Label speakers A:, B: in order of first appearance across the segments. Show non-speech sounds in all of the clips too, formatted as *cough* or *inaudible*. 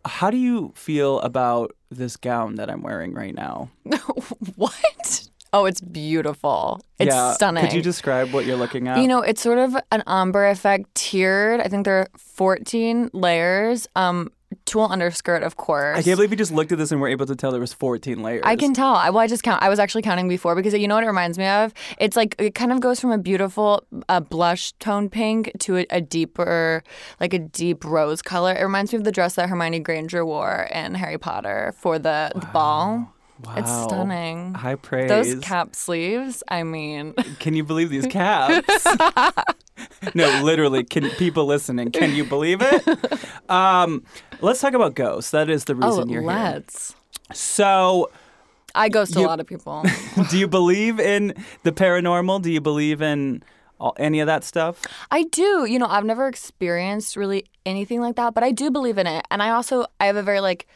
A: how do you feel about this gown that I'm wearing right now?
B: *laughs* what? Oh, it's beautiful. It's
A: yeah,
B: stunning.
A: Could you describe what you're looking at?
B: You know, it's sort of an ombre effect, tiered. I think there are 14 layers. Um, tulle underskirt, of course.
A: I can't believe you just looked at this and were able to tell there was 14 layers.
B: I can tell. I, well, I just count. I was actually counting before because you know what it reminds me of? It's like it kind of goes from a beautiful uh, blush tone pink to a, a deeper, like a deep rose color. It reminds me of the dress that Hermione Granger wore in Harry Potter for the, the ball.
A: Wow.
B: It's stunning.
A: High praise.
B: Those cap sleeves, I mean,
A: Can you believe
B: *laughs*
A: these caps? no, literally, can people listening, can you believe
B: *laughs*
A: it? Um, let's talk about ghosts. That is the
B: oh,
A: reason you're here.
B: let's.
A: So,
B: I ghost
A: You-
B: a lot of people.
A: do you believe in the paranormal? Do you believe in all, any of that stuff?
B: I do. You know, I've never experienced really anything like that, but I do believe in it. And I also I have a very like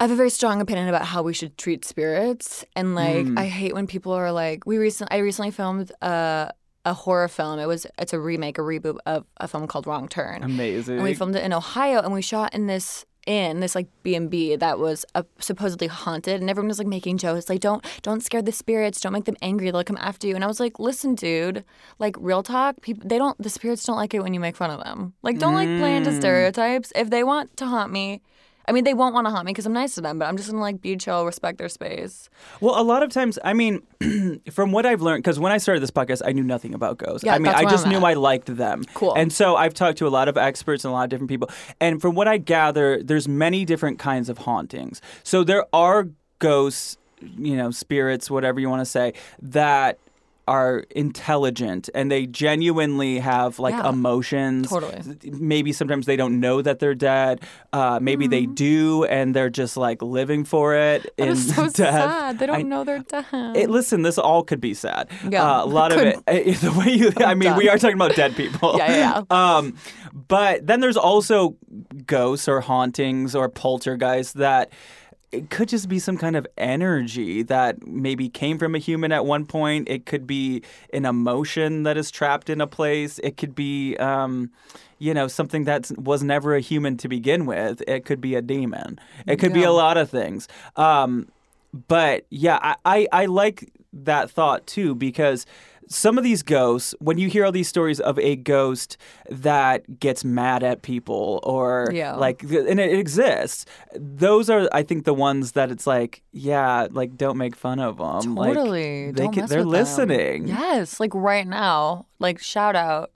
B: I have a very strong opinion about how we should treat spirits. And like I hate when people are like we recent I recently filmed a a horror film. It was it's a remake, a reboot of a film called Wrong Turn.
A: Amazing.
B: And we filmed it in Ohio, and we shot in this inn, this like B and B that was uh, supposedly haunted, and everyone was like making jokes, like don't don't scare the spirits, don't make them angry, they'll come after you. And I was like, listen, dude, like real talk, people they don't the spirits don't like it when you make fun of them. Like don't like play
A: Mm.
B: into stereotypes. If they want to haunt me. I mean, they won't want to haunt me because I'm nice to them, but I'm just gonna like be chill, respect their space. *laughs*
A: Well, a lot of times, I mean, *clears throat* from what I've learned, because when I started this podcast, I knew nothing about ghosts.
B: Yeah,
A: I mean,
B: that's
A: I
B: where
A: just
B: I'm
A: knew
B: at.
A: I liked them.
B: Cool.
A: And so I've talked to a lot of experts and a lot of different people, and from what I gather, there's many different kinds of hauntings. So there are ghosts, you know, spirits, whatever you want to say, that are intelligent and they genuinely have like
B: Yeah.
A: emotions
B: Totally.
A: maybe sometimes they don't know that they're dead uh, maybe they
B: Mm-hmm.
A: do and they're just like living for it
B: That
A: in
B: is
A: *laughs*
B: so
A: death
B: sad. They don't
A: I-
B: know they're dead.
A: it, listen, this all could be sad.
B: Yeah.
A: Uh, a lot of
B: Could-
A: it. *laughs* eh, The way
B: *laughs*
A: you, I mean, we
B: Done.
A: are talking about dead people.
B: Yeah, yeah,
A: *laughs* Um, but then there's also ghosts or hauntings or poltergeists that it could just be some kind of energy that maybe came from a human at one point. It could be an emotion that is trapped in a place. It could be, um, you know, something that was never a human to begin with. It could be a demon. It could be
B: Yeah.
A: a lot of things. Um, but yeah, I, I, I like that thought too because some of these ghosts, when you hear all these stories of a ghost that gets mad at people or
B: Yeah.
A: like, and it exists, those are, I think, the ones that it's like, yeah, like don't make fun of them.
B: Totally.
A: Like, they
B: Don't
A: can,
B: mess
A: they're
B: with them.
A: listening.
B: Yes, like right now, like shout out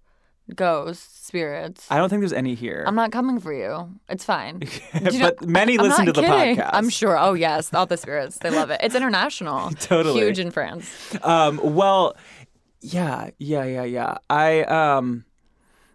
B: ghosts, spirits.
A: I don't think there's any here.
B: I'm not coming for you. It's
A: *laughs*
B: fine. Do you know-
A: but many
B: I'm
A: listen
B: not
A: to the
B: kidding.
A: podcast.
B: I'm sure. Oh yes, all the spirits. They love it. It's international.
A: *laughs* Totally.
B: Huge in France.
A: um, well, yeah, yeah, yeah, yeah. I um, *sighs*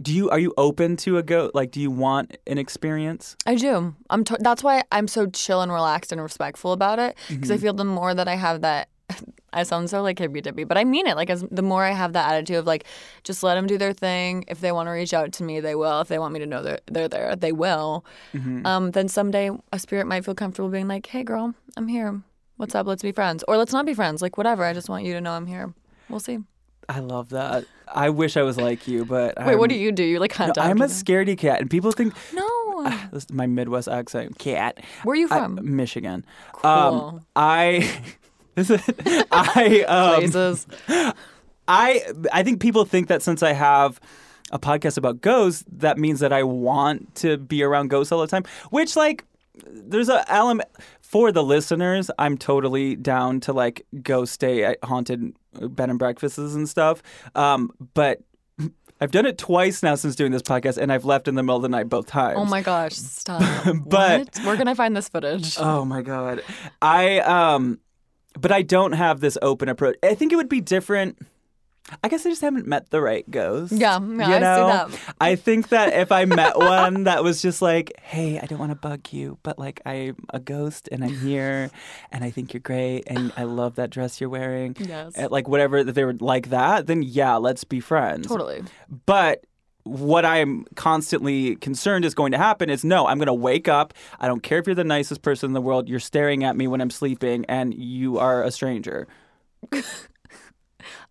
A: do you are you open to a go? Like, do you want an experience?
B: I do. I'm. To- that's why I'm so chill and relaxed and respectful about it because
A: Mm-hmm.
B: I feel the more that I have that. *laughs* I sound so like hippy dippy, but I mean it. Like as the more I have that attitude of like, just let them do their thing. If they want to reach out to me, they will. If they want me to know they're they're there, they will.
A: Mm-hmm.
B: Um, then someday a spirit might feel comfortable being like, "Hey, girl, I'm here. What's up? Let's be friends, or let's not be friends. Like whatever. I just want you to know I'm here. We'll see.
A: I love that. I wish I was like you, but
B: Wait,
A: I'm,
B: what do you do? You like hunt
A: Um, No, I'm a
B: after them?
A: scaredy cat, and people
B: *sighs*
A: think
B: no.
A: this is my Midwest accent. Cat.
B: Where are you
A: I-
B: from?
A: Michigan. Um,
B: Cool.
A: I. *laughs* This is,
B: *laughs*
A: I um,
B: Jesus.
A: I I think people think that since I have a podcast about ghosts, that means that I want to be around ghosts all the time. Which like there's a element for the listeners, I'm totally down to like go stay at haunted bed and breakfasts and stuff. Um, but *laughs* I've done it twice now since doing this podcast, and I've left in the middle of the night both times.
B: Oh my gosh, stop.
A: But-
B: What? where can I find this footage?
A: Oh my god. I um but I don't have this open approach. I think it would be different. I guess I just haven't met the right ghost.
B: Yeah, yeah,
A: you
B: I see
A: know?
B: that.
A: I think that if I met one that was just like, "Hey, I don't want to bug you, but like I'm a ghost and I'm here, and I think you're great, and I love that dress you're wearing," eh,
B: yes.
A: and, like whatever, if they were like that, then yeah, let's be friends.
B: Totally.
A: But what I'm constantly concerned is going to happen is no, I'm going to wake up. I don't care if you're the nicest person in the world. You're staring at me when I'm sleeping, and you are a stranger.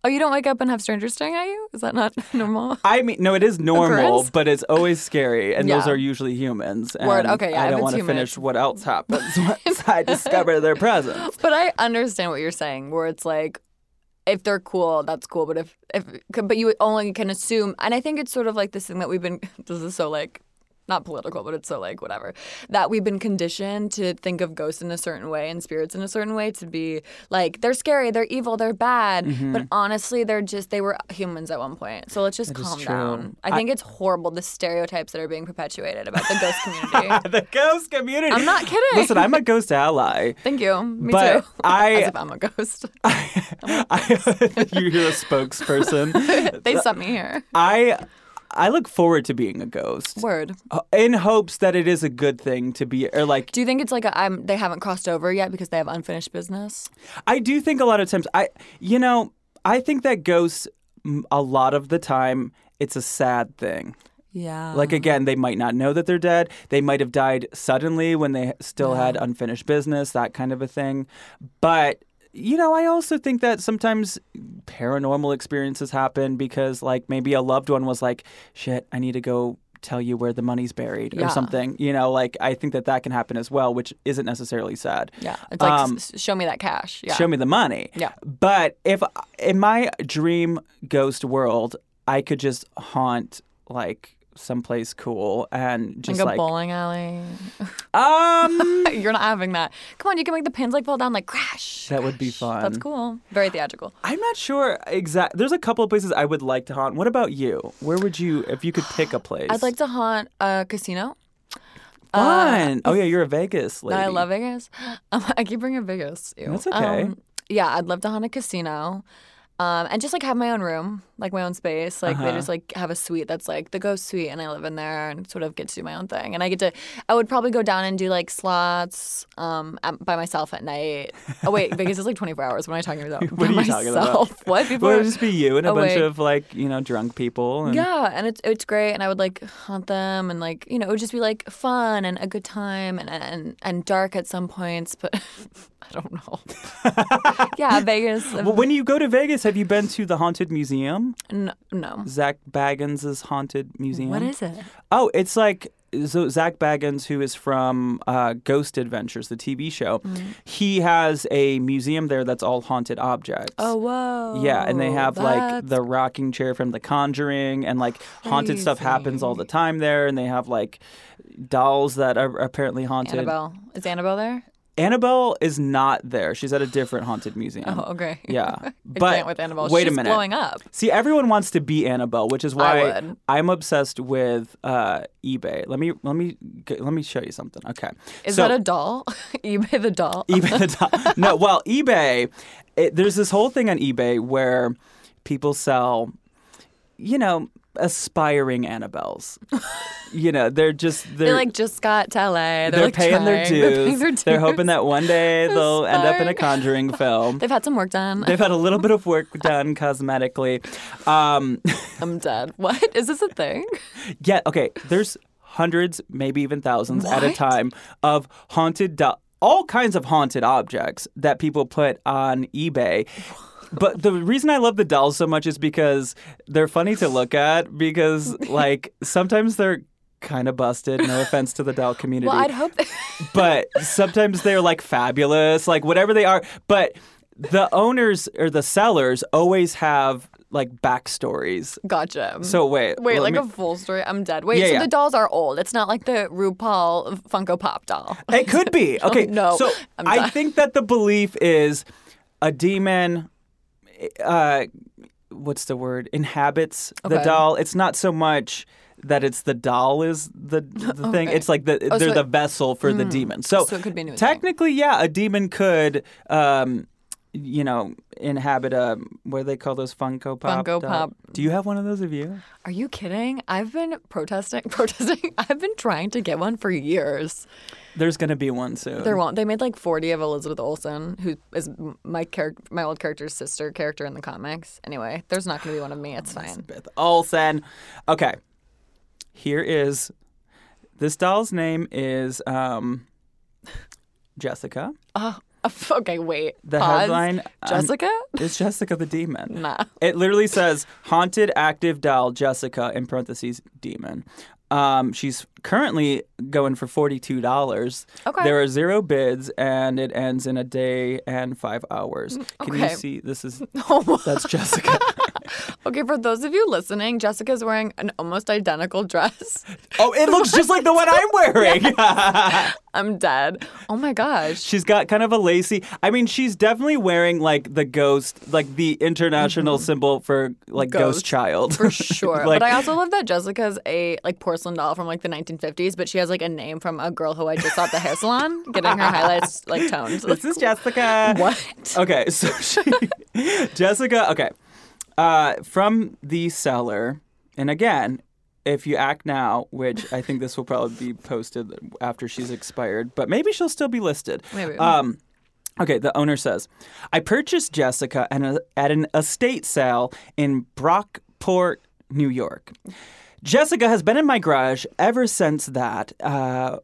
B: Oh, you don't wake up and have strangers staring at you? Is that not *laughs* normal?
A: I mean, no, it is normal,
B: Occurrence?
A: but it's always scary, and those
B: Yeah.
A: are usually humans. And
B: Word, okay, yeah,
A: I
B: if
A: don't
B: it's
A: want to
B: human,
A: finish
B: it's-
A: what else happens *laughs* once I discover their
B: *laughs*
A: presence.
B: But I understand what you're saying, where it's like, if they're cool, that's cool. But if, if, but you only can assume, and I think it's sort of like this thing that we've been. *laughs* This is so like, not political, but it's so like whatever that we've been conditioned to think of ghosts in a certain way and spirits in a certain way to be like they're scary, they're evil, they're bad.
A: Mm-hmm.
B: But honestly, they're just they were humans at one point. So let's just
A: is
B: calm
A: true.
B: down. I,
A: I-
B: think it's horrible the stereotypes that are being perpetuated about the
A: *laughs*
B: ghost community.
A: The ghost community.
B: I'm not kidding.
A: Listen, I'm a ghost
B: *laughs*
A: ally.
B: Thank you. Me
A: But
B: too. *laughs*
A: I-
B: As if I'm a ghost. Oh
A: I, *laughs* you- you're a spokesperson.
B: they sent me here.
A: I I look forward to being a ghost
B: Word.
A: uh, in hopes that it is a good thing to be or like
B: Do you think it's like a, I'm, they haven't crossed over yet because they have unfinished business?
A: I do think a lot of times I you know I think that ghosts mm, a lot of the time it's a sad thing.
B: Yeah.
A: Like again, they might not know that they're dead. They might have died suddenly when they still had unfinished business, that kind of a thing. But you know, I also think that sometimes paranormal experiences happen because like maybe a loved one was like, "Shit, I need to go tell you where the money's buried"
B: Yeah.
A: or something. You know, like I think that that can happen as well, which isn't necessarily sad.
B: yeah. It's like
A: um,
B: s- s- show me that cash. Yeah.
A: Show me the money.
B: Yeah.
A: But if in my dream ghost world, I could just haunt like someplace cool and
B: like
A: just
B: a
A: like,
B: bowling alley. *laughs*
A: um
B: You're not having that. Come on, you can make the pins like fall down like crash.
A: that would be fun.
B: That's cool. Very theatrical.
A: I'm not sure exact. There's a couple of places I would like to haunt. What about you? Where would you if you could pick a place?
B: I'd like to haunt a casino.
A: fun.
B: *laughs*
A: oh yeah, you're a Vegas lady.
B: I love Vegas. *gasps* Um, I keep bringing Vegas. Ew.
A: That's okay.
B: Um, yeah, I'd love to haunt a casino. Um, and just like have my own room, like my own space. Like
A: Uh-huh.
B: they just like have a suite that's like the ghost suite, and I live in there and sort of get to do my own thing. And I get to, I would probably go down and do like slots um, at, by myself at night.
A: *laughs*
B: Oh wait, Vegas is like twenty four hours. What am I talking about?
A: What
B: by
A: are you talking about?
B: myself? *laughs* What people?
A: Well, it
B: are-
A: would just be you and a bunch
B: awake.
A: of like you know drunk people. And,
B: oh, yeah, and it's it's great, and I would like haunt them, and like you know, it would just be like fun and a good time, and and and dark at some points, but *laughs* I
A: *laughs*
B: don't know. yeah, Vegas.
A: Well, when you go to Vegas, have you been to the haunted museum?
B: no, no.
A: Zach Baggins' haunted museum.
B: What is it?
A: Oh, it's like so Zach Baggins, who is from uh, Ghost Adventures, the TV show.
B: Mm-hmm.
A: He has a museum there that's all haunted objects.
B: Oh whoa.
A: Yeah, and they have like
B: that's-
A: the rocking chair from The Conjuring, and like haunted stuff happens all the time there. And they have like dolls that are apparently haunted.
B: Annabelle. Is Annabelle there? *laughs*
A: Annabelle is not there. She's at a different haunted museum.
B: Oh, okay.
A: Yeah,
B: *laughs* I
A: but
B: can't with Annabelle.
A: wait
B: She's
A: a minute.
B: blowing up.
A: See, everyone wants to be Annabelle, which is why
B: would.
A: I'm obsessed with uh, eBay. Let me let me g- let me show you something. Okay,
B: Is
A: So- E
B: that a doll? *laughs* eBay the doll.
A: *laughs* eBay? the no, well, eBay. It, there's this whole thing on eBay where people sell, you know, aspiring Annabelles. you know, they're just they're.
B: *laughs* they like just got to LA. They're,
A: they're
B: like,
A: paying their
B: *laughs* trying. They're paying
A: dues.
B: their
A: They're hoping
B: dues.
A: that one day they'll end up in a
B: Aspiring.
A: Conjuring
B: *laughs*
A: film.
B: they've had some work done.
A: They've had a little bit of work done cosmetically. Um,
B: I'm dead. *laughs* What is this
A: *laughs*
B: a thing?
A: Yeah, okay. There's hundreds, maybe even thousands at a
B: What?
A: time of haunted, do- all kinds of haunted objects that people put on eBay. But the reason I love the dolls so much is because they're funny to look at because,
B: *laughs*
A: like, sometimes they're kind of busted. No offense to the doll community
B: Well, I'd hope. That-
A: *laughs* but sometimes they're like fabulous, like whatever they are. But the owners or the sellers always have like backstories.
B: *laughs* gotcha.
A: So wait,
B: Wait,
A: let
B: like
A: me-
B: a full story. I'm dead. Wait,
A: Yeah,
B: so
A: yeah.
B: the dolls are old. It's not like the RuPaul Funko Pop doll.
A: *laughs* It could
B: *laughs*
A: be. Okay.
B: Oh, no.
A: So
B: I'm
A: I
B: done.
A: think that the belief is a demon. Uh, what's the word? Inhabits the
B: Okay.
A: doll. It's not so much that it's the doll is the, the thing.
B: Okay.
A: It's like the,
B: Oh,
A: they're
B: so
A: the
B: it- Mm.
A: vessel for the demon. So,
B: So it could be a new thing.
A: technically, yeah, a demon could. Um, you know, inhabit a what do they call those Funko Pop?
B: Funko
A: doll-
B: Pop.
A: Do you have one of those of you?
B: Are you kidding? I've been protesting, *laughs* protesting. I've been trying to get one for years.
A: There's gonna be one soon.
B: There won't. They made like 40 of Elizabeth Olsen, who is m- my character, my old
A: *sighs*
B: character's sister character in the comics. Anyway, there's not going to be one of me. It's fine.
A: Elizabeth Olsen. Okay. Here is this doll's name is um, Jessica.
B: Oh, *laughs* okay, wait.
A: The
B: Pause.
A: headline um,
B: Jessica? *laughs*
A: is Jessica the Demon.
B: nah.
A: It literally says haunted active doll Jessica in parentheses demon. Um, she's currently going for forty two dollars.
B: Okay.
A: There are zero bids, and it ends in a day and five hours. Can you
B: Mm, okay.
A: see? This
B: *laughs*
A: is
B: Oh,
A: that's
B: *laughs*
A: Jessica.
B: okay, for those of you listening, Jessica's wearing an almost identical *laughs* dress.
A: oh, it looks just like the one I'm wearing.
B: I'm dead. Oh my gosh.
A: She's got kind of a lacy. I mean, she's definitely wearing like the ghost, like the international symbol for like ghost,
B: Mm-hmm. Ghost.
A: child.
B: For
A: *laughs*
B: sure.
A: Like-
B: but I also love that Jessica's a like porcelain doll from like the 1950s, but she has like a name from a girl who I just saw at the hair salon getting her
A: *laughs*
B: highlights like toned.
A: this is Jessica.
B: What?
A: Okay, so she, Jessica. Okay, uh, from the seller, and again, if you act now, which I think this will probably be posted after she's expired, but maybe she'll still be listed.
B: Maybe.
A: Um, Okay, the owner says, I purchased Jessica at, a, at an estate sale in Brockport, New York. Jessica has been in my garage ever since that. Uh,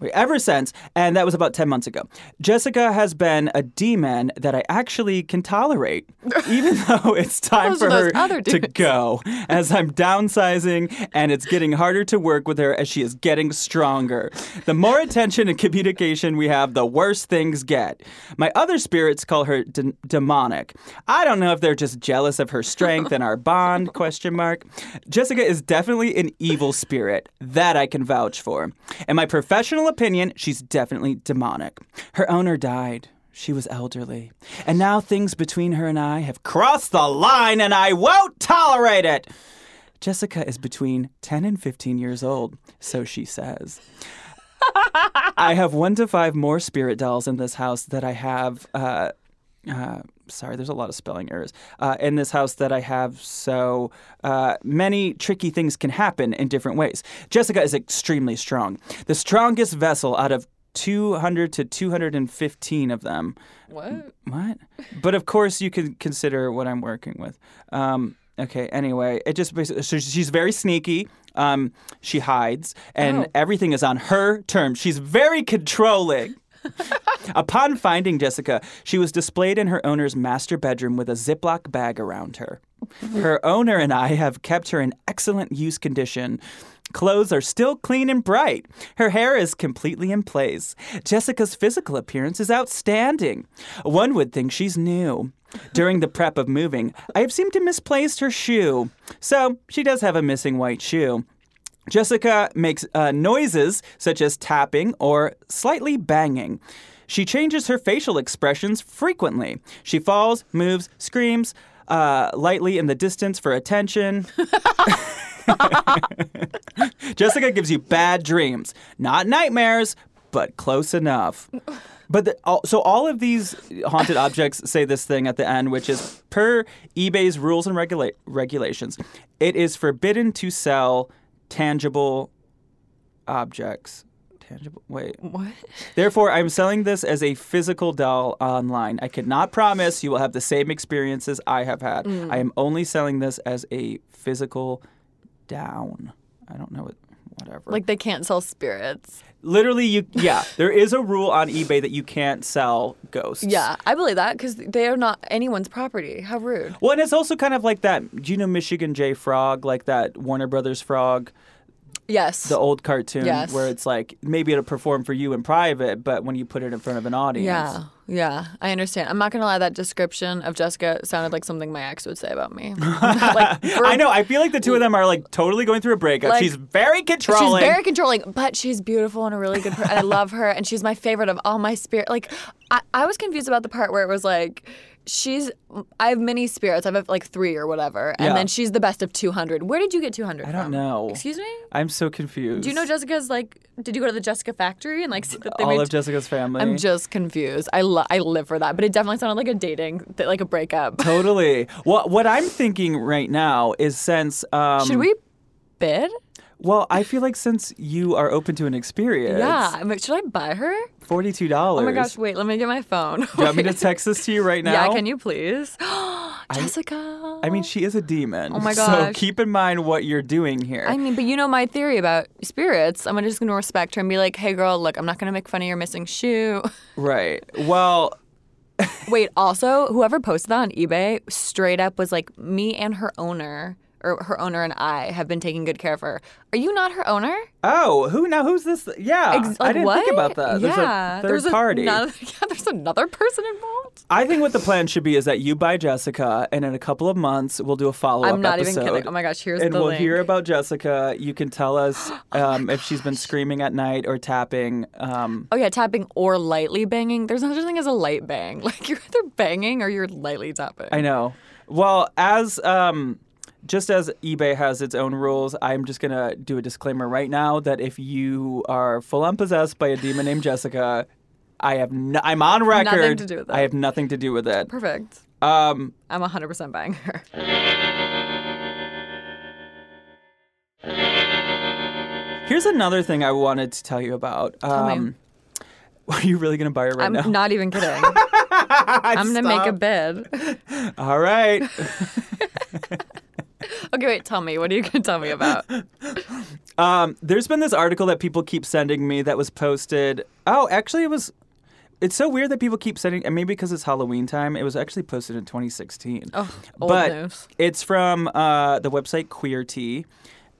A: wait, ever since, and that was about 10 months ago. Jessica has been a demon that I actually can
B: *laughs*
A: tolerate, even though it's time
B: Those
A: for
B: are
A: her
B: those other
A: to
B: demons.
A: go as I'm downsizing and it's getting harder to work with her as she is getting stronger. The more attention and communication we have, the worse things get. My other spirits call her de- demonic. I don't know if they're just jealous of her strength and our bond question mark. Jessica is definitely an evil spirit. That I can vouch for. In my professional opinion, she's definitely demonic. Her owner died. She was elderly. And now things between her and I have crossed the line, and I won't tolerate it. Jessica is between 10 and 15 years old, so she says. I have one to five more spirit dolls in this house that I have. Uh, uh, sorry, there's a lot of spelling errors. Uh, in this house that I have, so uh, many tricky things can happen in different ways. Jessica is extremely strong, the strongest vessel out of 200 to 215 of them.
B: What?
A: *laughs* What? But of course, you can consider what I'm working with. Um, okay. Anyway, it just basically, so she's very sneaky. Um, she hides, and
B: Oh.
A: everything is on her terms. She's very controlling. Upon finding Jessica, she was displayed in her owner's master bedroom with a Ziploc bag around her. Her owner and I have kept her in excellent use condition. Clothes are still clean and bright. Her hair is completely in place. Jessica's physical appearance is outstanding. One would think she's new. During the prep of moving, I have seemed to misplace her shoe. So she does have a missing white shoe. Jessica makes uh, noises such as tapping or slightly banging. She changes her facial expressions frequently. She falls, moves, screams uh, lightly in the distance for attention. Jessica gives you bad dreams, not nightmares, but close enough. But the, all, so all of these haunted objects say this thing at the end, which is per eBay's rules and regula- regulations, it is forbidden to sell tangible objects. Tangible. Wait.
B: What?
A: Therefore, I'm selling this as a physical doll online. I cannot promise you will have the same experiences I have had.
B: Mm.
A: I am only selling this as a physical down. I don't know what. Whatever.
B: Like they can't sell spirits.
A: Literally, you yeah. There is a rule on eBay that you can't sell ghosts.
B: Yeah, I believe that because they are not anyone's property. How rude.
A: Well, and it's also kind of like that. Do you know Michigan J. Frog, like that Warner Brothers Frog,
B: Yes.
A: the old cartoon,
B: Yes.
A: where it's like maybe it'll perform for you in private, but when you put it in front of an audience,
B: yeah, yeah, I understand. I'm not gonna lie, that description of Jessica sounded like something my ex would say
A: *laughs*
B: about me. like,
A: I know. I feel like the two of them are like totally going through a breakup.
B: Like-
A: she's very
B: She's
A: controlling.
B: very controlling, but she's beautiful and a really good person. I love her, and she's my favorite of all my spirit. Like, I, I was confused about the part where it was like, she's. I have many spirits. I have like three or whatever, and
A: Yeah.
B: then she's the best of 200. Where did you get 200?
A: I don't know.
B: Excuse me.
A: I'm so confused.
B: Do you know Jessica's like? Did you go to the Jessica factory and like see that they
A: all
B: made
A: of Jessica's family?
B: I'm just confused. I lo- I live for that, but it definitely sounded like a dating, th- like a breakup.
A: totally. What what I'm thinking right now is since um,
B: *laughs* Should we bid?
A: Well, I feel like since you are open to an experience,
B: Yeah. I'm like, should I buy her?
A: forty two dollars.
B: Oh my gosh! Wait, let me get my phone. *laughs*
A: Do you want me to text this to you right now?
B: yeah, can you please? *gasps* Jessica.
A: I mean, she is a demon.
B: Oh my
A: So
B: gosh.
A: keep in mind what you're doing here.
B: I mean, but you know my theory about spirits. I'm just going to respect her and be like, hey, girl, look, I'm not going to make fun of your missing shoe. *laughs*
A: right. Well,
B: Wait, also, whoever posted that on eBay straight up was like, me and her owner, or her owner and I, have been taking good care of her. Are you not her owner?
A: oh, who now? Who's this? Yeah.
B: Ex-
A: Uh, I
B: like,
A: didn't
B: what?
A: think about that. There's
B: Yeah.
A: a third party.
B: Another, *laughs* yeah, there's another person involved.
A: I think what the plan should be is that you buy Jessica, and in a couple of months, we'll do a follow up
B: I'm not
A: episode.
B: even kidding. Oh my gosh, here's
A: and
B: the
A: we'll
B: link. Oh
A: hear about Jessica. You can tell
B: *gasps*
A: us um, if she's been screaming at night or tapping. Um,
B: Oh yeah, tapping or lightly banging. There's no such thing as a light bang. *laughs* Like you're either banging or you're lightly tapping.
A: I know. Well, as um, just as eBay has its own rules, I'm just gonna do a disclaimer right now that if you are full on possessed by a demon named Jessica, I have no, I'm on record.
B: to do with
A: I have nothing to do with it.
B: Perfect.
A: Um,
B: I'm 100% buying her.
A: Here's another thing I wanted to tell you about. Um,
B: me.
A: *laughs* Are you really gonna buy it right
B: *laughs* I'm
A: now? *laughs*
B: not even kidding. I'm gonna make a bid. *laughs*
A: All right.
B: Okay, wait. Tell me. What are you gonna tell
A: *laughs*
B: me about?
A: Um, there's been this article that people keep sending me that was posted. Oh, actually, it was. It's so weird that people keep sending, and maybe because it's Halloween time, it was actually posted in 2016.
B: Oh, old
A: but
B: news.
A: it's from uh, the website Queer Tea,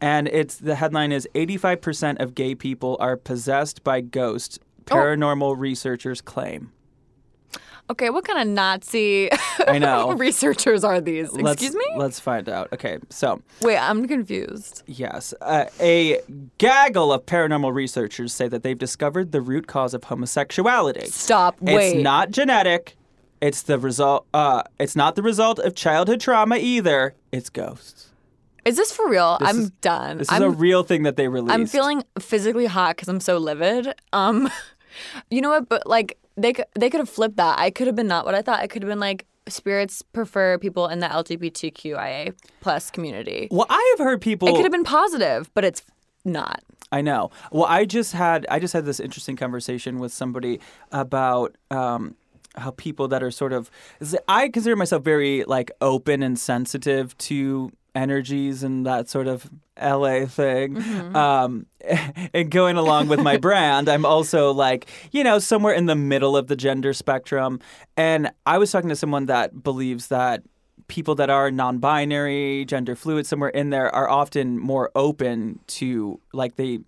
A: and it's the headline is 85% of gay people are possessed by ghosts.
B: Oh.
A: Paranormal researchers
B: *laughs*
A: claim.
B: Okay, what kind of Nazi *laughs*
A: I know.
B: researchers are these?
A: Let's-
B: Excuse me.
A: Let's find out. Okay, so
B: Wait, I'm confused.
A: Yes. Uh, a gaggle of paranormal researchers say that they've discovered the root cause of homosexuality.
B: Stop.
A: It's
B: Wait.
A: not genetic. It's the result. Uh, it's not the result of childhood trauma either. It's ghosts.
B: Is this for real? I'm
A: is-
B: done.
A: This
B: I'm
A: is a real thing that they released.
B: I'm feeling physically hot because I'm so livid. Um, *laughs* you know what? But like they c- they could have flipped that. I could have been not what I thought. I could have been like spirits prefer people in the LGBTQIA plus community.
A: Well, I have heard people.
B: It could have been positive, but it's not.
A: I know. Well, I just had I just had this interesting conversation with somebody about um, how people that are sort of I consider myself very like open and sensitive to energies and that sort of LA thing. Um, *laughs* and going along with my brand, I'm also like you know somewhere in the middle of the gender spectrum. And I was talking to someone that believes that people that are non-binary, gender fluid, somewhere in there, are often more open to like they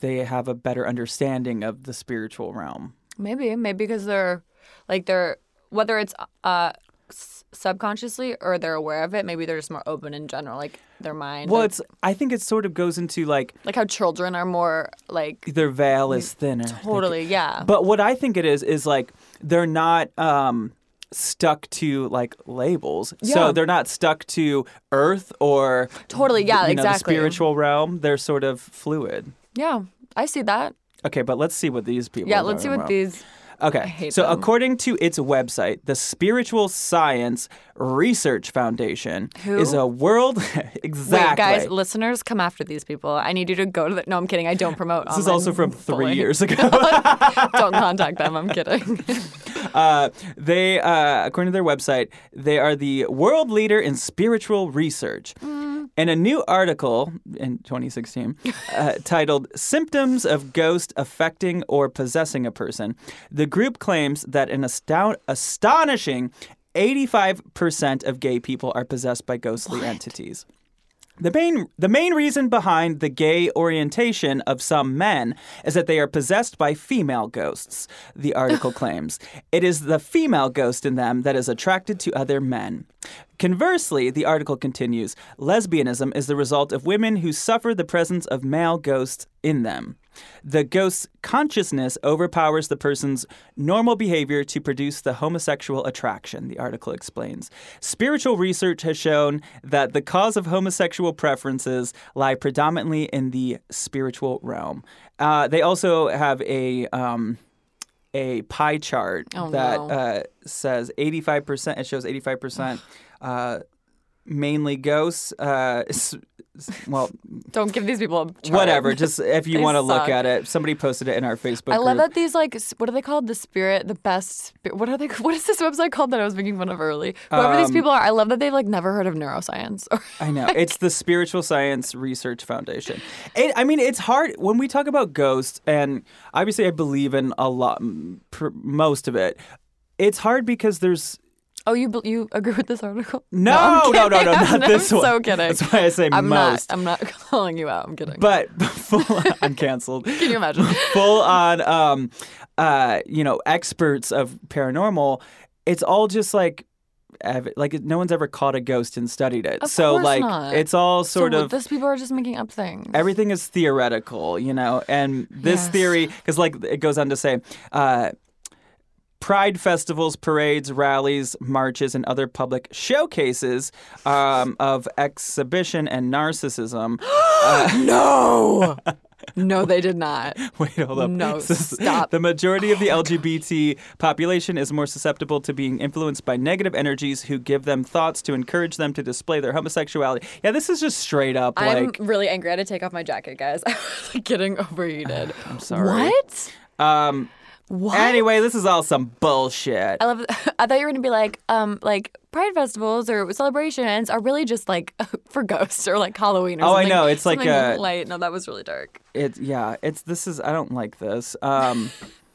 A: they have a better understanding of the spiritual realm.
B: Maybe maybe because they're like they're whether it's uh s- subconsciously or they're aware of it. Maybe they're just more open in general, like their mind.
A: Well,
B: like-
A: it's I think it sort of goes into like
B: like how children are more like
A: their veil is thinner.
B: Mm, totally yeah.
A: But what I think it is is like they're not um stuck to like labels. So
B: Yeah.
A: they're not stuck to earth or
B: Totally, yeah,
A: you know, the
B: exactly.
A: spiritual realm. They're sort of fluid.
B: yeah, I see that.
A: Okay, but let's see what these people
B: Yeah,
A: are
B: let's see
A: talking
B: what
A: about.
B: these.
A: Okay.
B: hate
A: so,
B: them.
A: according to its website, the Spiritual Science Research Foundation
B: Who?
A: is a world *laughs* exactly.
B: Wait, guys, listeners, come after these people. I need you to go to the. No, I'm kidding. I don't promote.
A: this is also from three
B: *laughs*
A: years ago.
B: don't contact them. I'm kidding. *laughs*
A: *laughs* Uh, they, uh, according to their website, they are the world leader in spiritual research. In a new article in 2016 uh, titled Symptoms of Ghost Affecting or Possessing a Person, the group claims that an astound- astonishing 85% of gay people are possessed by ghostly entities. The main, the main reason behind the gay orientation of some men is that they are possessed by female ghosts, the article claims. It is the female ghost in them that is attracted to other men. Conversely, the article continues lesbianism is the result of women who suffer the presence of male ghosts in them. The ghost's consciousness overpowers the person's normal behavior to produce the homosexual attraction, the article explains. Spiritual research has shown that the cause of homosexual preferences lie predominantly in the spiritual realm. Uh, they also have a. Um, a pie chart
B: Oh,
A: that
B: no.
A: uh, says 85%, it shows 85% uh, mainly ghosts. Uh, s- s- well,
B: Don't give these people a chart.
A: whatever. Just if you
B: They
A: want to look
B: suck.
A: at it, somebody posted it in our Facebook.
B: I love
A: group.
B: that these like s- what are they called? The spirit, the best. spi- What are they? *laughs* What is this website called that I was making fun of early? Whoever these
A: Um,
B: people are, I love that they've like never heard of neuroscience. *laughs* Or
A: I know. It's the Spiritual Science Research Foundation. It, I mean, it's hard when we talk about ghosts, and obviously I believe in a lot, m- pr- most of it. It's hard because there's
B: oh, you bel- you agree with this article?
A: no,
B: I'm
A: no, no, no,
B: kidding. *laughs*
A: not
B: I'm
A: this one.
B: so kidding.
A: That's why I say
B: I'm
A: most.
B: not. *laughs* I'm not calling you out. I'm kidding.
A: but *laughs* full, I'm
B: *laughs*
A: canceled.
B: Can you imagine?
A: full on um uh you know experts of paranormal it's all just like ev- like no one's ever caught a ghost and studied it
B: Of
A: so
B: course
A: like
B: not.
A: it's all *laughs* sort
B: so
A: of
B: These people are just making up things.
A: everything is theoretical you know and this
B: Yes.
A: theory because like it goes on to say uh Pride festivals, parades, rallies, marches, and other public showcases um, of exhibition and narcissism.
B: no. *laughs* no, they did not.
A: Wait, hold up.
B: No,
A: *laughs* This is-
B: stop.
A: The majority of the LGBT population is more susceptible to being influenced by negative energies who give them thoughts to encourage them to display their homosexuality. Yeah, this is just straight up like
B: I'm really angry. I had to take off my jacket, guys. *laughs* I was like,
A: *sighs*
B: getting overheated. I'm
A: sorry.
B: What?
A: um
B: What?
A: anyway, this is all some bullshit.
B: I love. *laughs* I thought you were gonna be like, um, like pride festivals or celebrations are really just like *laughs* for ghosts or like Halloween. or
A: Oh, I
B: something-
A: know, it's like
B: something
A: a-
B: light. No, that was really dark.
A: It yeah, it's this is I don't like this.
B: *laughs*
A: Um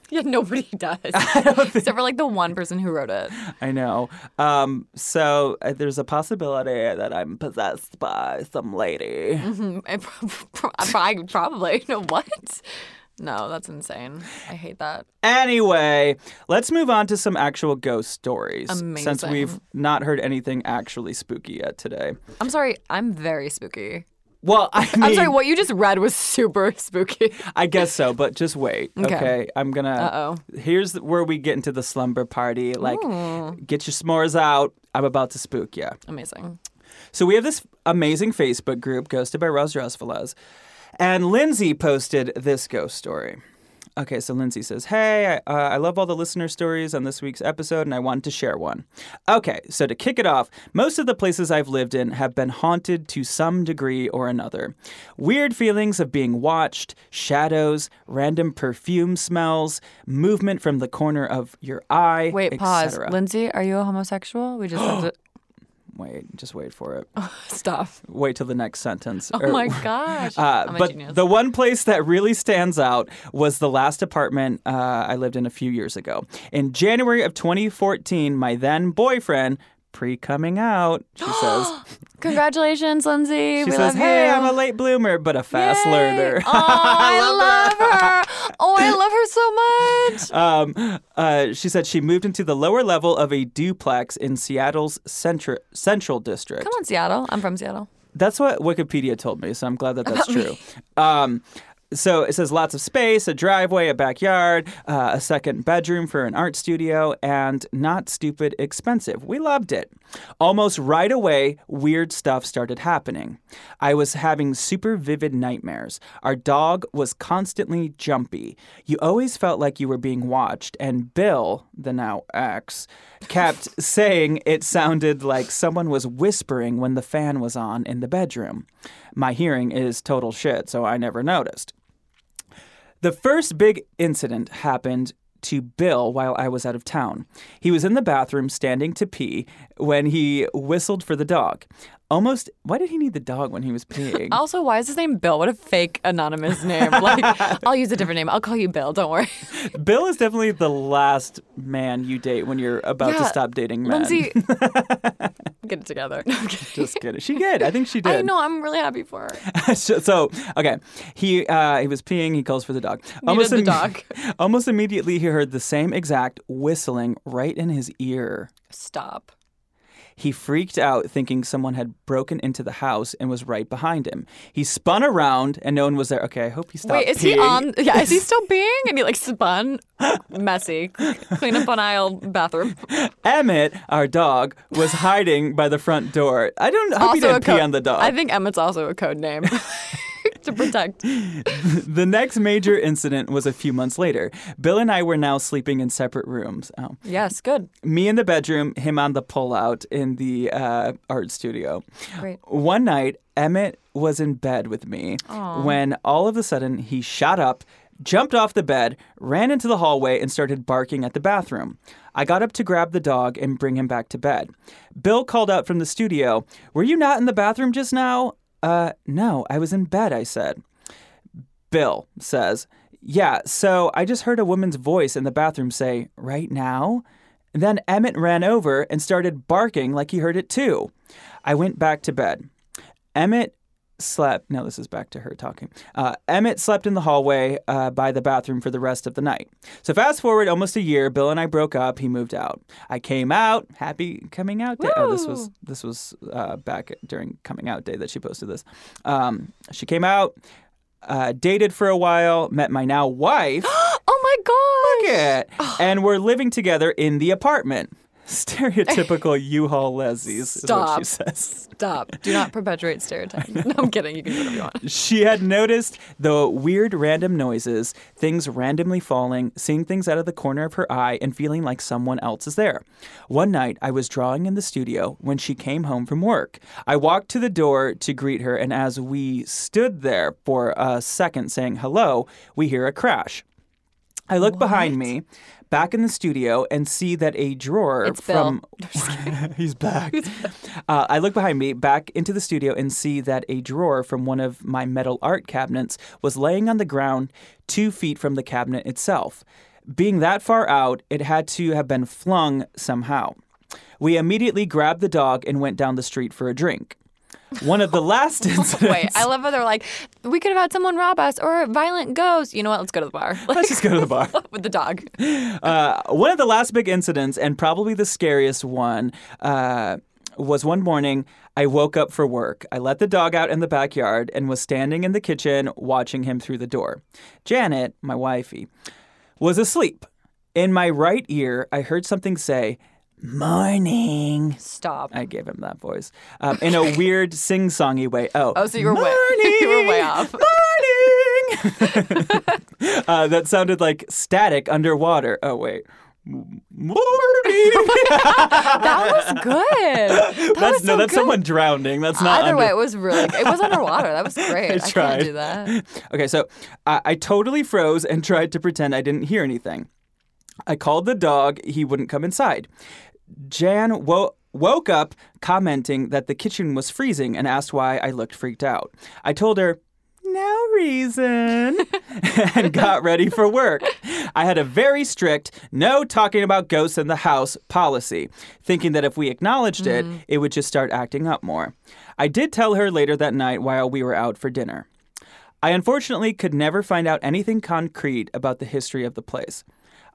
B: Yeah, nobody *laughs* does
A: *laughs*
B: except for like the one person who wrote it. *laughs*
A: I know. Um so uh, there's a possibility that I'm possessed by some lady.
B: Mhm. I prob- I probably. *laughs* No, what? No, that's insane. I hate that.
A: Anyway, let's move on to some actual ghost stories. Since
B: Amazing.
A: we've not heard anything actually spooky yet today.
B: I'm sorry. I'm very spooky.
A: Well, I mean,
B: I'm sorry. What you just read was super *laughs* spooky.
A: I guess so, but just wait. Okay.
B: Okay.
A: I'm gonna.
B: Uh-oh. Hmm.
A: Here's the- where we get into the slumber party. Like, get your s'mores out. I'm about to spook you.
B: Amazing.
A: So we have this amazing Facebook group, Ghosted by Rose Rosvelez, and Lindsay posted this ghost story. Okay, so Lindsay says, Hey, I, uh, I love all the listener stories on this week's episode, and I wanted to share one. Okay, so to kick it off, most of the places I've lived in have been haunted to some degree or another. Weird feelings of being watched, shadows, random perfume smells, movement from the corner of your eye.
B: Wait, pause.
A: etc..
B: Lindsay, are you a homosexual? We just
A: *gasps*
B: have to
A: Wait, just wait for it.
B: stop.
A: Wait till the next sentence.
B: *laughs*
A: *laughs*
B: Oh my gosh.
A: Uh,
B: I'm a
A: but
B: genius.
A: the one place that really stands out was the last apartment uh, I lived in a few years ago. In January of 2014, my then boyfriend, pre coming out,
B: *gasps*
A: she says,
B: Congratulations, Lindsay.
A: she
B: we
A: says,
B: love
A: "Hey,
B: you.
A: I'm a late bloomer, but a fast
B: Yay.
A: learner."
B: Oh, I love her. Oh, I love her so
A: *laughs*
B: much.
A: Um, uh, she said she moved into the lower level of a duplex in Seattle's central central district.
B: Come on, Seattle. I'm from Seattle.
A: That's what Wikipedia told me, so I'm
B: *laughs*
A: glad that that's true. Um, so it says lots of space, a driveway, a backyard, uh, a second bedroom for an art studio, and not stupid expensive. We loved it. Almost right away, weird stuff started happening. I was having super vivid nightmares. Our dog was constantly jumpy. You always felt like you were being watched, and Bill, the now ex, kept saying it sounded like someone was whispering when the fan was on in the bedroom. My hearing is total shit, so I never noticed. The first big incident happened to Bill while I was out of town. He was in the bathroom standing to pee when he whistled for the dog. Almost, why did he need the dog when he was peeing?
B: Also, why is his name Bill? What a fake anonymous
A: *laughs*
B: name. Like, I'll use a different name. I'll call you Bill. Don't worry.
A: Bill is definitely the last man you date when you're about to
B: Yeah,
A: stop dating men.
B: Lindsay, get it together. *laughs* No, I'm kidding.
A: *laughs* Just kidding. She did. I think she did.
B: I know. I'm really happy for
A: *laughs*
B: her.
A: so, so, okay, he uh, he was peeing. He calls for the dog. Almost
B: the dog.
A: *laughs* almost immediately, he heard the same exact whistling right in his ear.
B: Stop.
A: He freaked out, thinking someone had broken into the house and was right behind him. He spun around, and no one was there. Okay, I hope he stopped.
B: Wait, is he
A: peeing.
B: on?
A: *laughs*
B: Yeah, is he still being? And he like spun, messy, clean up on
A: *laughs*
B: aisle bathroom.
A: Emmett, our dog,
B: *laughs*
A: was hiding by the front door. I don't hope he
B: also
A: didn't
B: a code.
A: pee on the dog.
B: I think Emmett's also a code name. *laughs* to protect.
A: the next major incident was a few months later. Bill and I were now sleeping in separate rooms. Oh. *laughs*
B: Yes, good.
A: Me in the bedroom, him on the pullout in the uh, art studio.
B: Great.
A: One night, Emmett was in bed with me when all of a sudden he shot up, jumped off the bed, ran into the hallway, and started barking at the bathroom. I got up to grab the dog and bring him back to bed. Bill called out from the studio, Were you not in the bathroom just now? Uh, no, I was in bed, I said. Bill says, Yeah, so I just heard a woman's voice in the bathroom say, Right now? Then Emmett ran over and started barking like he heard it too. I went back to bed. Emmett slept. No, this is back to her talking. Uh, Emmett slept in the hallway uh, by the bathroom for the rest of the night. So fast forward almost a year. Bill and I broke up. He moved out. I came out. Happy coming out day. Oh, this was this was uh, back during coming out day that she posted this. Um, she came out. Uh, dated for a while. Met my now wife.
B: Oh my gosh.
A: It, and we're living together in the apartment.
B: *laughs*
A: Stereotypical U-Haul lesbies
B: Stop.
A: is what she says.
B: Stop. Do not
A: *laughs*
B: perpetuate stereotypes. No, I'm kidding. You can do whatever you want.
A: She had noticed the weird random noises, things randomly falling, seeing things out of the corner of her eye, and feeling like someone else is there. One night, I was drawing in the studio when she came home from work. I walked to the door to greet her, and as we stood there for a second saying hello, we hear a crash. I look behind me, back in the studio, and see that a drawer
B: It's
A: from *laughs* he's back. Uh, I look behind me, back into the studio, and see that a drawer from one of my metal art cabinets was laying on the ground, two feet from the cabinet itself. Being that far out, it had to have been flung somehow. We immediately grabbed the dog and went down the street for a drink. One of the last incidents. *laughs*
B: *laughs* Wait, I love how they're like, we could have had someone rob us or a violent ghost. You know what? Let's go to the bar. *laughs* Like,
A: Let's just go to the bar.
B: *laughs* with the dog.
A: Uh, one of the last big incidents, and probably the scariest one, uh, was one morning I woke up for work. I let the dog out in the backyard and was standing in the kitchen watching him through the door. Janet, my wifey, was asleep. In my right ear, I heard something say, Morning.
B: Stop.
A: I gave him that voice um, in a weird sing-songy way. Oh,
B: Oh, so you were way- *laughs*
A: morning,
B: you were way off.
A: *laughs* Morning.
B: *laughs*
A: uh, that sounded like static underwater. Oh wait, M-
B: *laughs*
A: morning.
B: that was good. That
A: *laughs* that's
B: was
A: no,
B: so
A: that's
B: good.
A: someone drowning. That's not.
B: Either
A: under-
B: way, it was really. It was underwater. That
A: *laughs*
B: was great. I,
A: tried.
B: can't do that.
A: Okay, so uh, I, I totally froze and tried to pretend I didn't hear anything. I called the dog, he wouldn't come inside. Jan wo- woke up commenting that the kitchen was freezing and asked why I looked freaked out. I told her, no reason, and got ready for work. I had a very strict, no talking about ghosts in the house policy, thinking that if we acknowledged it, it would just start acting up more. I did tell her later that night while we were out for dinner. I unfortunately could never find out anything concrete about the history of the place.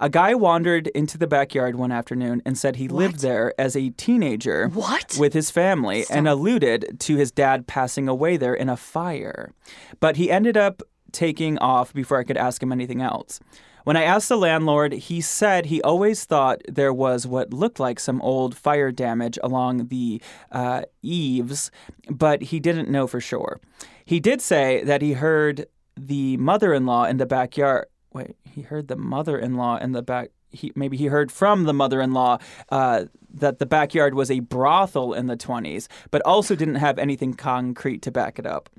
A: A guy wandered into the backyard one afternoon and said he lived there as a teenager
B: What?
A: with his family and alluded to his dad passing away there in a fire. But he ended up taking off before I could ask him anything else. When I asked the landlord, he said he always thought there was what looked like some old fire damage along the uh, eaves, but he didn't know for sure. He did say that he heard the mother in law in the backyard. Wait, he heard the mother in law in the back. He, maybe he heard from the mother in law uh, that the backyard was a brothel in the 20s, but also didn't have anything concrete to back it up.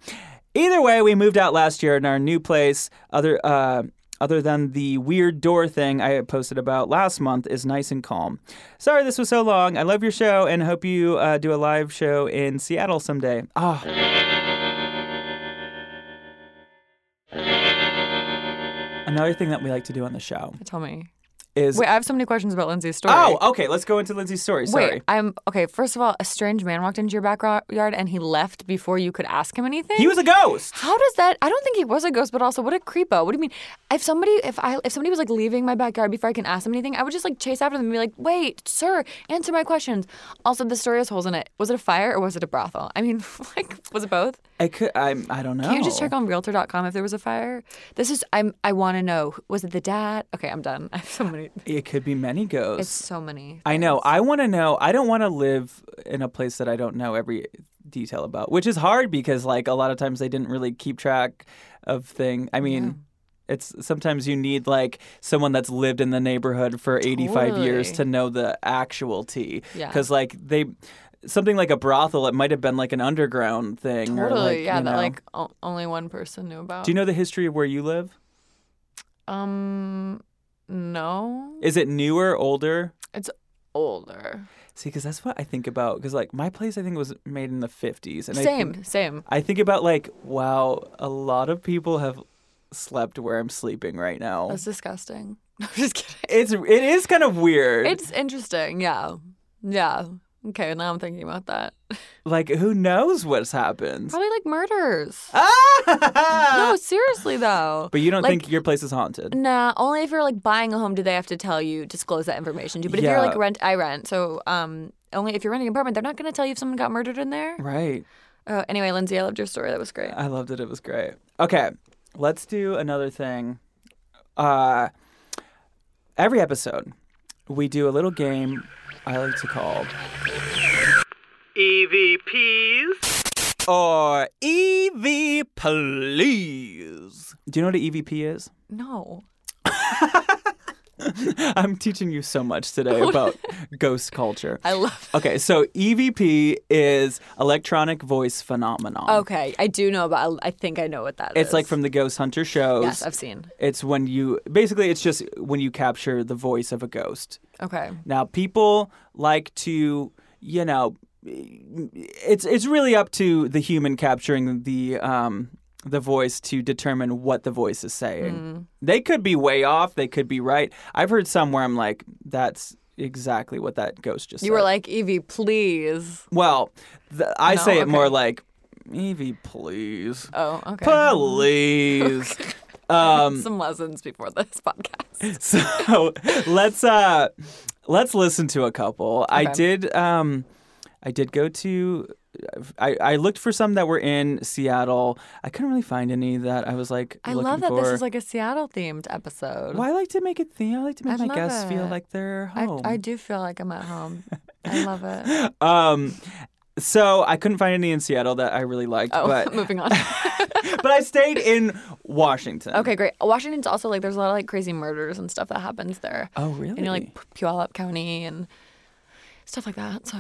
A: Either way, we moved out last year in our new place. Other, uh, other than the weird door thing I posted about last month, is nice and calm. Sorry this was so long. I love your show and hope you uh, do a live show in Seattle someday. Ah, another thing that we like to do on the show
B: Tell me.
A: is
B: Wait, I have so many questions about Lindsay's story.
A: oh, okay. Let's go into Lindsay's story. Sorry.
B: Wait, I'm okay. First of all, a strange man walked into your backyard and he left before you could ask him anything.
A: He was a ghost.
B: How does that? I don't think he was a ghost, but also what a creepo. What do you mean? If somebody, if I, if somebody was like leaving my backyard before I can ask them anything, I would just like chase after them and be like, "Wait, sir, answer my questions." Also, the story has holes in it. Was it a fire or was it a brothel? I mean, *laughs* like, was it both?
A: I could. I'm. I don't know.
B: Can you just check on Realtor.com if there was a fire? This is. I'm. I want to know. Was it the dad? Okay, I'm done. *laughs* I have so many.
A: It could be many
B: It's
A: ghosts.
B: so many.
A: I know. I want to know. I don't want to live in a place that I don't know every detail about, which is hard because like a lot of times they didn't really keep track of thing. I mean. It's sometimes you need like someone that's lived in the neighborhood for 85 years
B: Totally.
A: to know the actual tea.
B: Yeah.
A: Cuz like they something like a brothel it might have been like an underground thing or,
B: Totally,
A: like,
B: yeah.
A: you
B: That
A: know.
B: like o- only one person knew about.
A: Do you know the history of where you live?
B: Um, no,
A: Is it newer, older?
B: older.
A: See, because that's what I think about. Because like my place, I think was made in the fifties, and I
B: Same,
A: think,
B: same.
A: I think about like, wow, a lot of people have slept where I'm sleeping right now.
B: That's disgusting. *laughs* I'm just kidding.
A: it's it is kind of weird.
B: It's interesting. Yeah, yeah. Okay, now I'm thinking about that.
A: like who knows what's happened?
B: Probably like murders.
A: Ah!
B: no, seriously though.
A: Uh, *laughs* but you don't
B: like-
A: think your place is haunted?
B: Nah, only if you're like buying a home do they have to tell you disclose that information to you. But if you're like
A: Yeah.
B: rent, I rent, so um, only if you're renting an apartment, they're not gonna tell you if someone got murdered in there.
A: Right.
B: Oh, anyway, Lindsay, I loved your story. That was great.
A: I loved it. It was great. Okay, let's do another thing. Uh, every episode, we do a little game I like to call
C: EVPs,
A: or EV please. Do you know what an EVP is?
B: No.
A: I'm teaching you so much
B: *laughs*
A: today about ghost culture.
B: I love
A: Okay, so EVP is electronic voice phenomenon.
B: Okay, I do know about. I think I know what that is.
A: It's like from the ghost hunter shows.
B: Yes, I've seen.
A: it's when you basically it's just when you capture the voice of a ghost.
B: Okay.
A: Now, people like to, you know, it's it's really up to the human capturing the um, the voice to determine what the voice is saying.
B: Mm.
A: They could be way off. They could be right. I've heard some where I'm like, that's exactly what that ghost just
B: You
A: said.
B: were like, Evie, please.
A: well, th- I
B: No?
A: say it more
B: Okay.
A: like, Evie, please,
B: Oh, okay.
A: please. Um,
B: *laughs* Some lessons before this *laughs*
A: *laughs*
B: podcast.
A: so let's uh let's listen to a couple i
B: Okay.
A: did um i did go to I, I looked for some that were in seattle i couldn't really find any that i was like
B: I
A: looking
B: love that this
A: for.
B: is like a Seattle themed episode.
A: well, I like to make it theme. I like to make
B: I
A: my
B: love
A: guests feel
B: it.
A: like they're
B: I,
A: home.
B: I do feel like I'm at home. I love
A: *laughs*
B: it.
A: um, so I couldn't find any in Seattle that I really liked,
B: Oh, *laughs*
A: but *laughs*
B: moving on.
A: but I stayed in Washington.
B: okay, great. Washington's also like there's a lot of like crazy murders and stuff that happens there.
A: Oh, really?
B: And you're like P- Puyallup County and stuff like that. So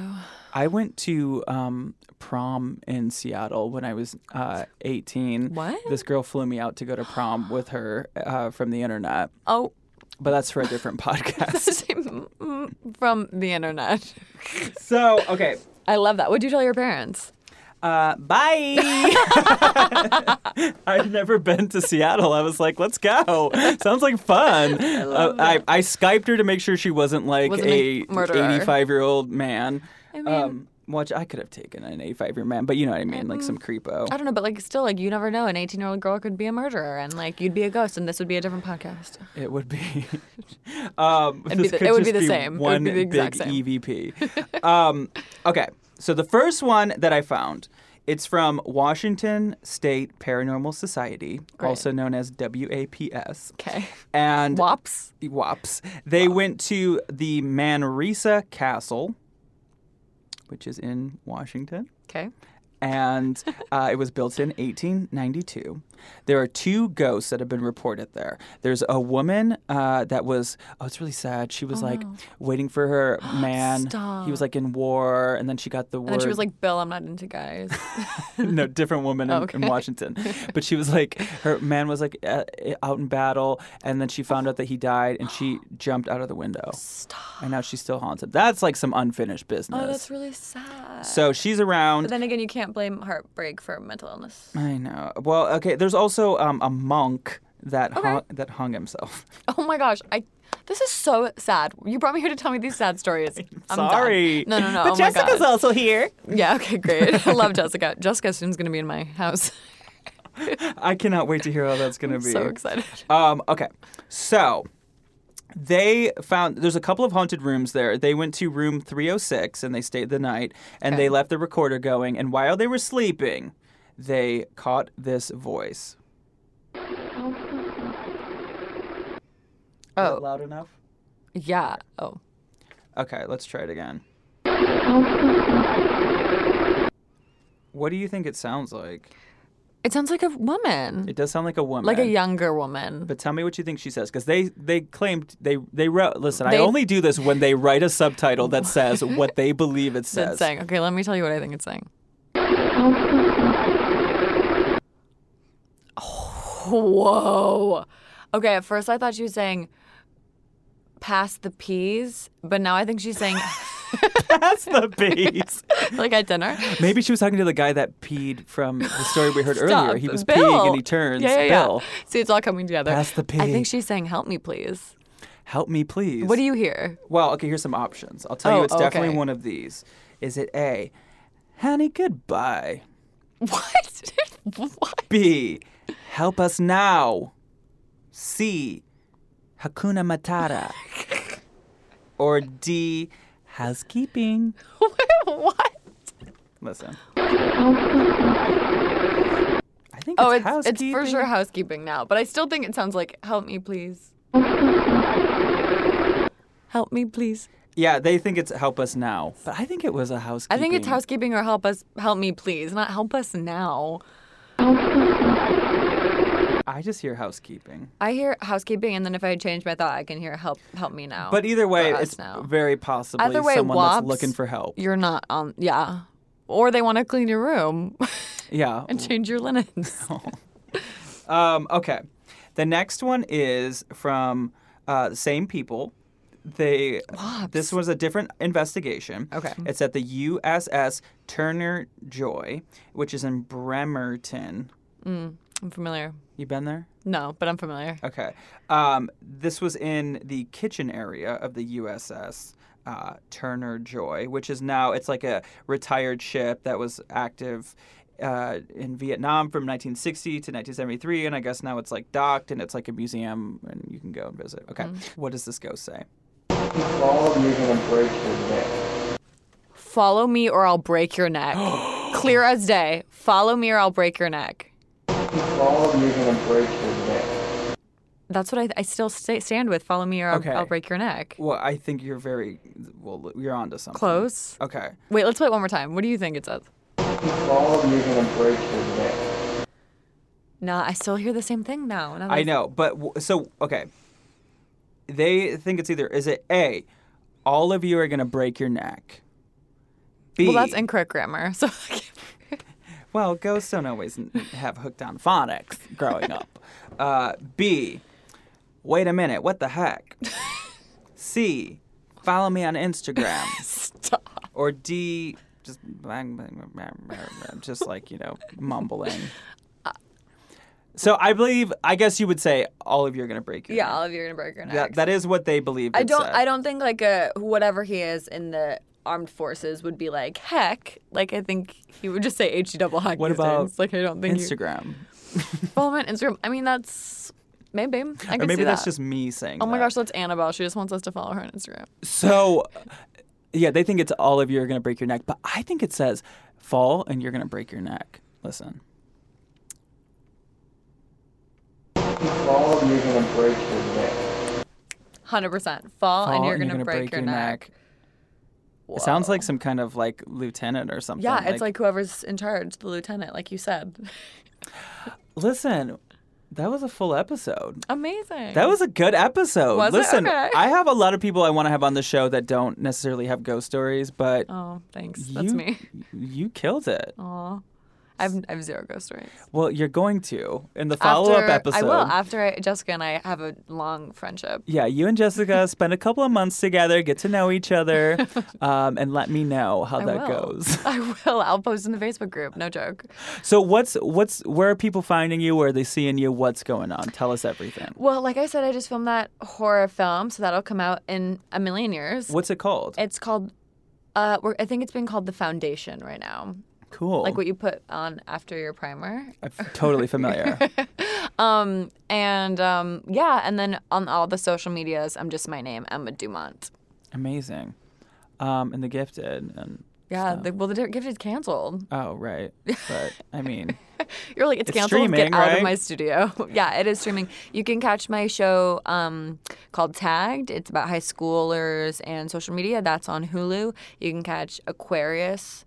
A: I went to um, prom in Seattle when I was uh, 18.
B: What?
A: This girl flew me out to go to
B: *gasps*
A: prom with her uh, from the internet,
B: oh. *laughs*
A: but that's for a different podcast.
B: mm, From the internet.
A: so, okay.
B: I love that. What'd you tell your parents?
A: Uh,
B: *laughs*
A: bye. *laughs* I've never been to Seattle. I was like, let's go. Sounds like fun. I, uh, I, I Skyped her to make sure she wasn't like
B: Wasn't a
A: a
B: murderer.
A: 85 year old man. I
B: mean-
A: um, which I could have taken an 85 year man, but you know what I mean? Like some creepo.
B: Mm-hmm. I don't know, but like still, like you never know. An eighteen-year-old girl could be a murderer, and like you'd be a ghost, and this would be a different podcast.
A: It would
B: *laughs*
A: be. um,
B: It'd be
A: this
B: the-
A: could
B: it would be
A: just
B: the same. It would
A: One
B: be the exact
A: big
B: same. *laughs*
A: EVP. um, okay, so the first one that I found, it's from Washington State Paranormal Society,
B: Great.
A: also known as WAPS,
B: Okay.
A: and
B: *laughs* Wops.
A: WAPS. They went to the Manresa Castle, which is in Washington
B: Okay.
A: and uh, it was built in 1892. There are two ghosts that have been reported there. There's a woman uh, that was, oh, it's really sad. She was like waiting for
B: *gasps*
A: her man. He was
B: Stop.
A: like in war, and then she got the word.
B: And then she was like, "Bill, I'm not into *laughs* guys."
A: *laughs* no, different woman in, in
B: *laughs* Okay.
A: Washington. But she was like, her man was like uh, out in battle, and then she found out that he died, and
B: *gasps*
A: she jumped out of the window.
B: Stop.
A: And now she's still haunted. That's like some unfinished business.
B: Oh, that's really sad.
A: so she's around.
B: but then again, you can't blame heartbreak for mental illness.
A: I know. Well, okay. There's also um, a monk that hung, that hung himself.
B: Oh my gosh, I. This is so sad. You brought me here to tell me these sad *laughs*
A: *laughs*
B: stories. I'm done.
A: Sorry.
B: No, no, no.
A: But
B: oh my
A: Jessica's
B: gosh.
A: also
B: *laughs*
A: here.
B: Yeah. Okay. *laughs* Great. I love Jessica. Jessica soon's gonna be in my house. *laughs*
A: I cannot wait to hear how that's gonna be.
B: so excited.
A: Um, okay, so they found there's a couple of haunted rooms there. They went to room 306 and they stayed the night, and they
B: Okay.
A: left the recorder going. And while they were sleeping, they caught this voice. Is that
B: Oh
A: loud enough?
B: yeah. Oh.
A: Okay, let's try it again. What do you think it sounds like?
B: It sounds like a woman,
A: It does sound like a woman.
B: like a younger woman.
A: But tell me what you think she says, because they they claimed they they wrote. Listen, I
B: They-
A: only do this when they write a subtitle that says what they
B: *laughs*
A: believe it
B: That's
A: says.
B: saying. Okay, let me tell you what I think it's saying. Whoa. Okay, at first I thought she was saying pass the peas, but now I think she's saying
A: That's the bees.
B: *laughs* like at dinner.
A: Maybe she was talking to the guy that peed from the story we heard earlier.
B: Stop.
A: He was
B: Bill.
A: peeing and he turns.
B: Yeah, yeah,
A: Bill,
B: yeah. See, it's all coming together.
A: Pass the
B: I
A: pea.
B: think she's saying help me please.
A: help me, please.
B: What do you hear?
A: Well, okay, here's some options. I'll tell you
B: Oh,
A: it's definitely
B: okay.
A: one of these. Is it A, honey, goodbye?
B: *laughs* What? *laughs* what?
A: B, help us now? C, Hakuna
B: *laughs*
A: Matata? or D, housekeeping?
B: what?
A: Listen. I think it's
B: Oh, it's, it's
A: housekeeping.
B: for sure housekeeping now, but I still think it sounds like help me please. Help me please.
A: Yeah, they think it's help us now. But I think it was a housekeeping.
B: I think it's housekeeping or help us help me please, not help us now.
A: I just hear housekeeping.
B: I hear housekeeping and then if I change my thought I can hear help help me now.
A: But either way,
B: us
A: it's
B: now.
A: very possibly
B: Either way,
A: someone that's
B: wops-
A: looking for help.
B: you're not on yeah. Or they want to clean your room *laughs*
A: Yeah.
B: and change your
A: *laughs*
B: linens.
A: Um, okay. The next one is from uh, the same people. They this was a different investigation.
B: Okay.
A: It's at the USS Turner Joy, which is in Bremerton.
B: I'm familiar.
A: You been there?
B: No, but I'm familiar.
A: Okay. Um, this was in the kitchen area of the USS uh, Turner Joy, which is now it's like a retired ship that was active uh, in Vietnam from 1960 to 1973, and I guess now it's like docked and it's like a museum and you can go and visit. Okay. What does this ghost say?
C: Follow you and embrace your neck.
B: Follow me or I'll break
A: *gasps*
B: your neck. Clear as day. Follow me or I'll break your neck.
C: Follow you and embrace your neck.
B: That's what I, I still sta stand with. Follow me or I'll,
A: Okay.
B: I'll break your neck.
A: Well, I think you're very well. You're onto something.
B: Close.
A: Okay.
B: Wait, let's play it one more time. What do you think it says?
C: Follow you and embrace your neck.
B: Nah, I still hear the same thing now. now
A: I
B: that-
A: know, but w- so okay. They think it's either is it A, all of you are gonna break your neck. B,
B: Well, that's incorrect grammar. *laughs* So
A: well, ghosts don't always n- have hooked on phonics growing
B: *laughs*
A: up. Uh, B, wait a minute, what the
B: *laughs*
A: heck? C, follow me on Instagram,
B: *laughs* stop.
A: or D, just bang, bang, bang, bang, bang, just like you know
B: *laughs*
A: mumbling.
B: Uh,
A: So I believe, I guess you would say all of you are gonna break your
B: Yeah, all of you are gonna break your neck.
A: That, that is what they believe.
B: I
A: it
B: don't.
A: said.
B: I don't think like a whatever he is in the armed forces would be like heck. Like I think he would just say h E double heck.
A: What
B: these
A: about
B: days. like I don't think you-
A: Instagram.
B: follow him on Instagram. I mean that's maybe I
A: Or
B: can
A: maybe
B: see
A: that's
B: that.
A: just me saying.
B: Oh my
A: that.
B: gosh, that's Annabelle. She just wants us to follow her on Instagram.
A: So, yeah, they think it's all of you are gonna break your neck, but I think it says fall and you're gonna break your neck. Listen,
C: Follow you and embrace your neck.
B: Hundred percent. Fall,
A: fall
B: and you're gonna, break, your, neck.
A: It sounds like some kind of like lieutenant or something.
B: Yeah, it's like whoever's in charge, the lieutenant, like you said. *laughs*
A: listen, that was a full episode.
B: Amazing.
A: That was a good episode.
B: Was it?
A: listen,
B: Okay.
A: I have a lot of people I want to have on the show that don't necessarily have ghost stories, but
B: Oh, thanks. That's
A: you,
B: me. *laughs* Oh.
A: You killed it.
B: Aw. I've I've zero ghost stories.
A: Well, you're going to in the follow up
B: After-
A: episode.
B: I will. After I, Jessica and I have a long
A: *laughs*
B: friendship.
A: Yeah, you and
B: *laughs*
A: Jessica spend a couple of months together, get to know each other, um, and let me know how
B: I
A: that
B: will.
A: goes.
B: I will. I'll post in the Facebook group. No joke.
A: So, what's what's where are people finding you? Where are they seeing you? What's going on? Tell us everything.
B: Well, like I said, I just filmed that horror film, so that'll come out in a million years.
A: What's it called?
B: It's called. Uh, we're, I think it's been called The Foundation right now.
A: cool.
B: *laughs* Like what you put on after your primer.
A: I'm f- totally
B: *laughs*
A: familiar.
B: Um, and um, yeah, and then on all the social medias, I'm just my name, Emma Dumont.
A: Amazing. Um, and the gifted and
B: Yeah, the, well, the di- gift is canceled.
A: oh right, but I
B: *laughs*
A: mean,
B: You're like, it's,
A: It's
B: canceled.
A: streaming,
B: Get out
A: right?
B: of my studio. *laughs* yeah, it is streaming. You can catch my show um, called Tagged. It's about high schoolers and social media. That's on Hulu. You can catch Aquarius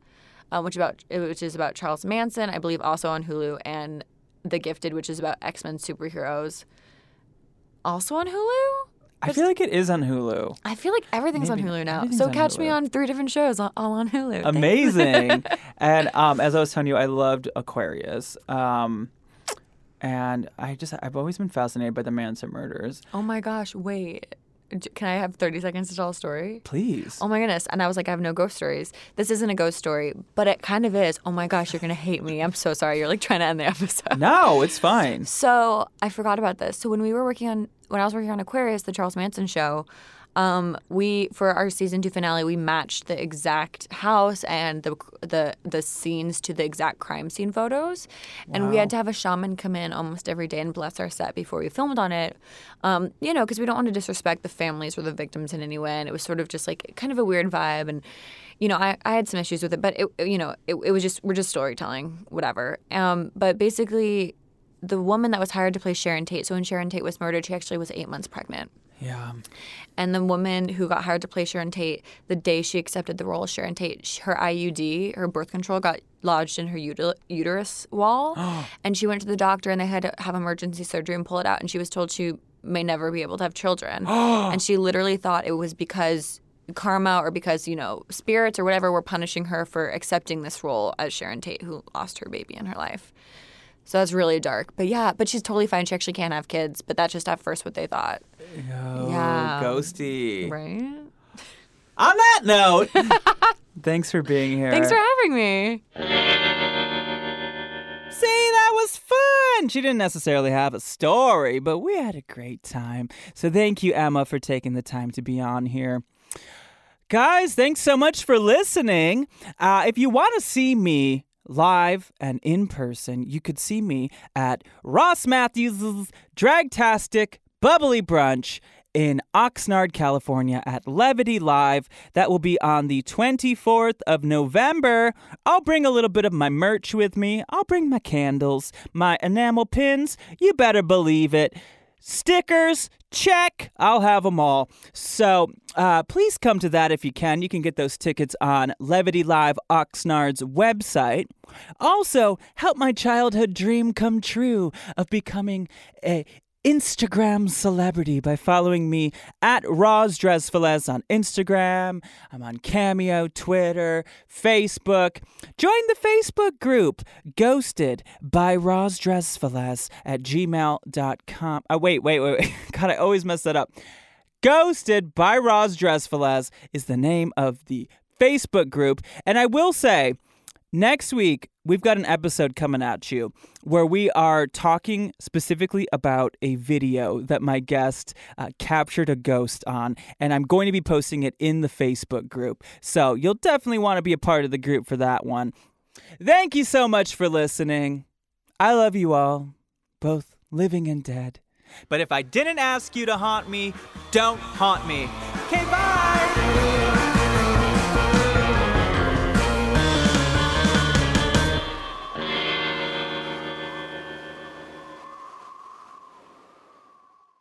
B: um, which about which is about Charles Manson, I believe, also on Hulu, and The Gifted, which is about X Men superheroes, also on Hulu.
A: I feel like it is on Hulu.
B: *laughs* I feel like everything's
A: Maybe.
B: on Hulu now.
A: Everything's
B: So
A: on
B: catch me
A: Hulu. Um,
B: on three different shows, all all on Hulu. Thanks.
A: Amazing. and um, as I was telling you, I loved Aquarius. Um, and I just I've always been fascinated by the Manson murders.
B: Oh my gosh, wait. D- Can I have 30 seconds to tell a story?
A: Please.
B: Oh my goodness. And I was like, I have no ghost stories. This isn't a ghost story, but it kind of is. Oh my gosh, you're going to hate me. I'm so sorry. You're like trying to end the *laughs* episode.
A: No, it's fine.
B: So I forgot about this. So when we were working on, when I was working on Aquarius, the Charles Manson show, um, we for our season two finale, we matched the exact house and the the the scenes to the exact crime scene photos, and we had to have a shaman come in almost every day and bless our set before we filmed on it. Um, you know, because we don't want to disrespect the families or the victims in any way, and it was sort of just like kind of a weird vibe and you know, I, I had some issues with it, but it, it- you know, it, it was just we're just storytelling, whatever. Um, but basically, the woman that was hired to play Sharon Tate. So when Sharon Tate was murdered, she actually was eight months pregnant.
A: Yeah.
B: And the woman who got hired to play Sharon Tate, the day she accepted the role of Sharon Tate, sh- her IUD, her birth control, got lodged in her util- uterus wall. and she went to the doctor and they had to have emergency surgery and pull it out. And she was told she may never be able to have children. and she literally thought it was because karma or because, you know, spirits or whatever were punishing her for accepting this role as Sharon Tate, who lost her baby in her life. So that's really dark. But yeah, but she's totally fine. She actually can't have kids, but that's just at first what they thought.
A: Oh,
B: Yeah.
A: ghosty.
B: Right?
A: On that
B: *laughs*
A: note, thanks for being here.
B: Thanks for having me.
A: See, that was fun. She didn't necessarily have a story, but we had a great time. So thank you, Emma, for taking the time to be on here. Guys, thanks so much for listening. Uh, if you want to see me live and in person, you could see me at Ross Matthews' Dragtastic Bubbly Brunch in Oxnard, California at Levity Live. That will be on the 24th of November. I'll bring a little bit of my merch with me. I'll bring my candles, my enamel pins. You better believe it stickers check i'll have them all so uh, please come to that if you can you can get those tickets on levity live oxnard's website also help my childhood dream come true of becoming a Instagram celebrity by following me at Roz Dresfeles on Instagram. I'm on Cameo, Twitter, Facebook. Join the Facebook group Ghosted by Roz Dresfeles at gmail.com. Oh, wait, wait, wait, *laughs* wait. God, I always mess that up. Ghosted by Roz Dresfeles is the name of the Facebook group. And I will say, Next week, we've got an episode coming at you where we are talking specifically about a video that my guest uh, captured a ghost on, and I'm going to be posting it in the Facebook group. So you'll definitely want to be a part of the group for that one. Thank you so much for listening. I love you all, both living and dead. But if I didn't ask you to haunt me, don't haunt me. Okay, bye!
D: *clears throat*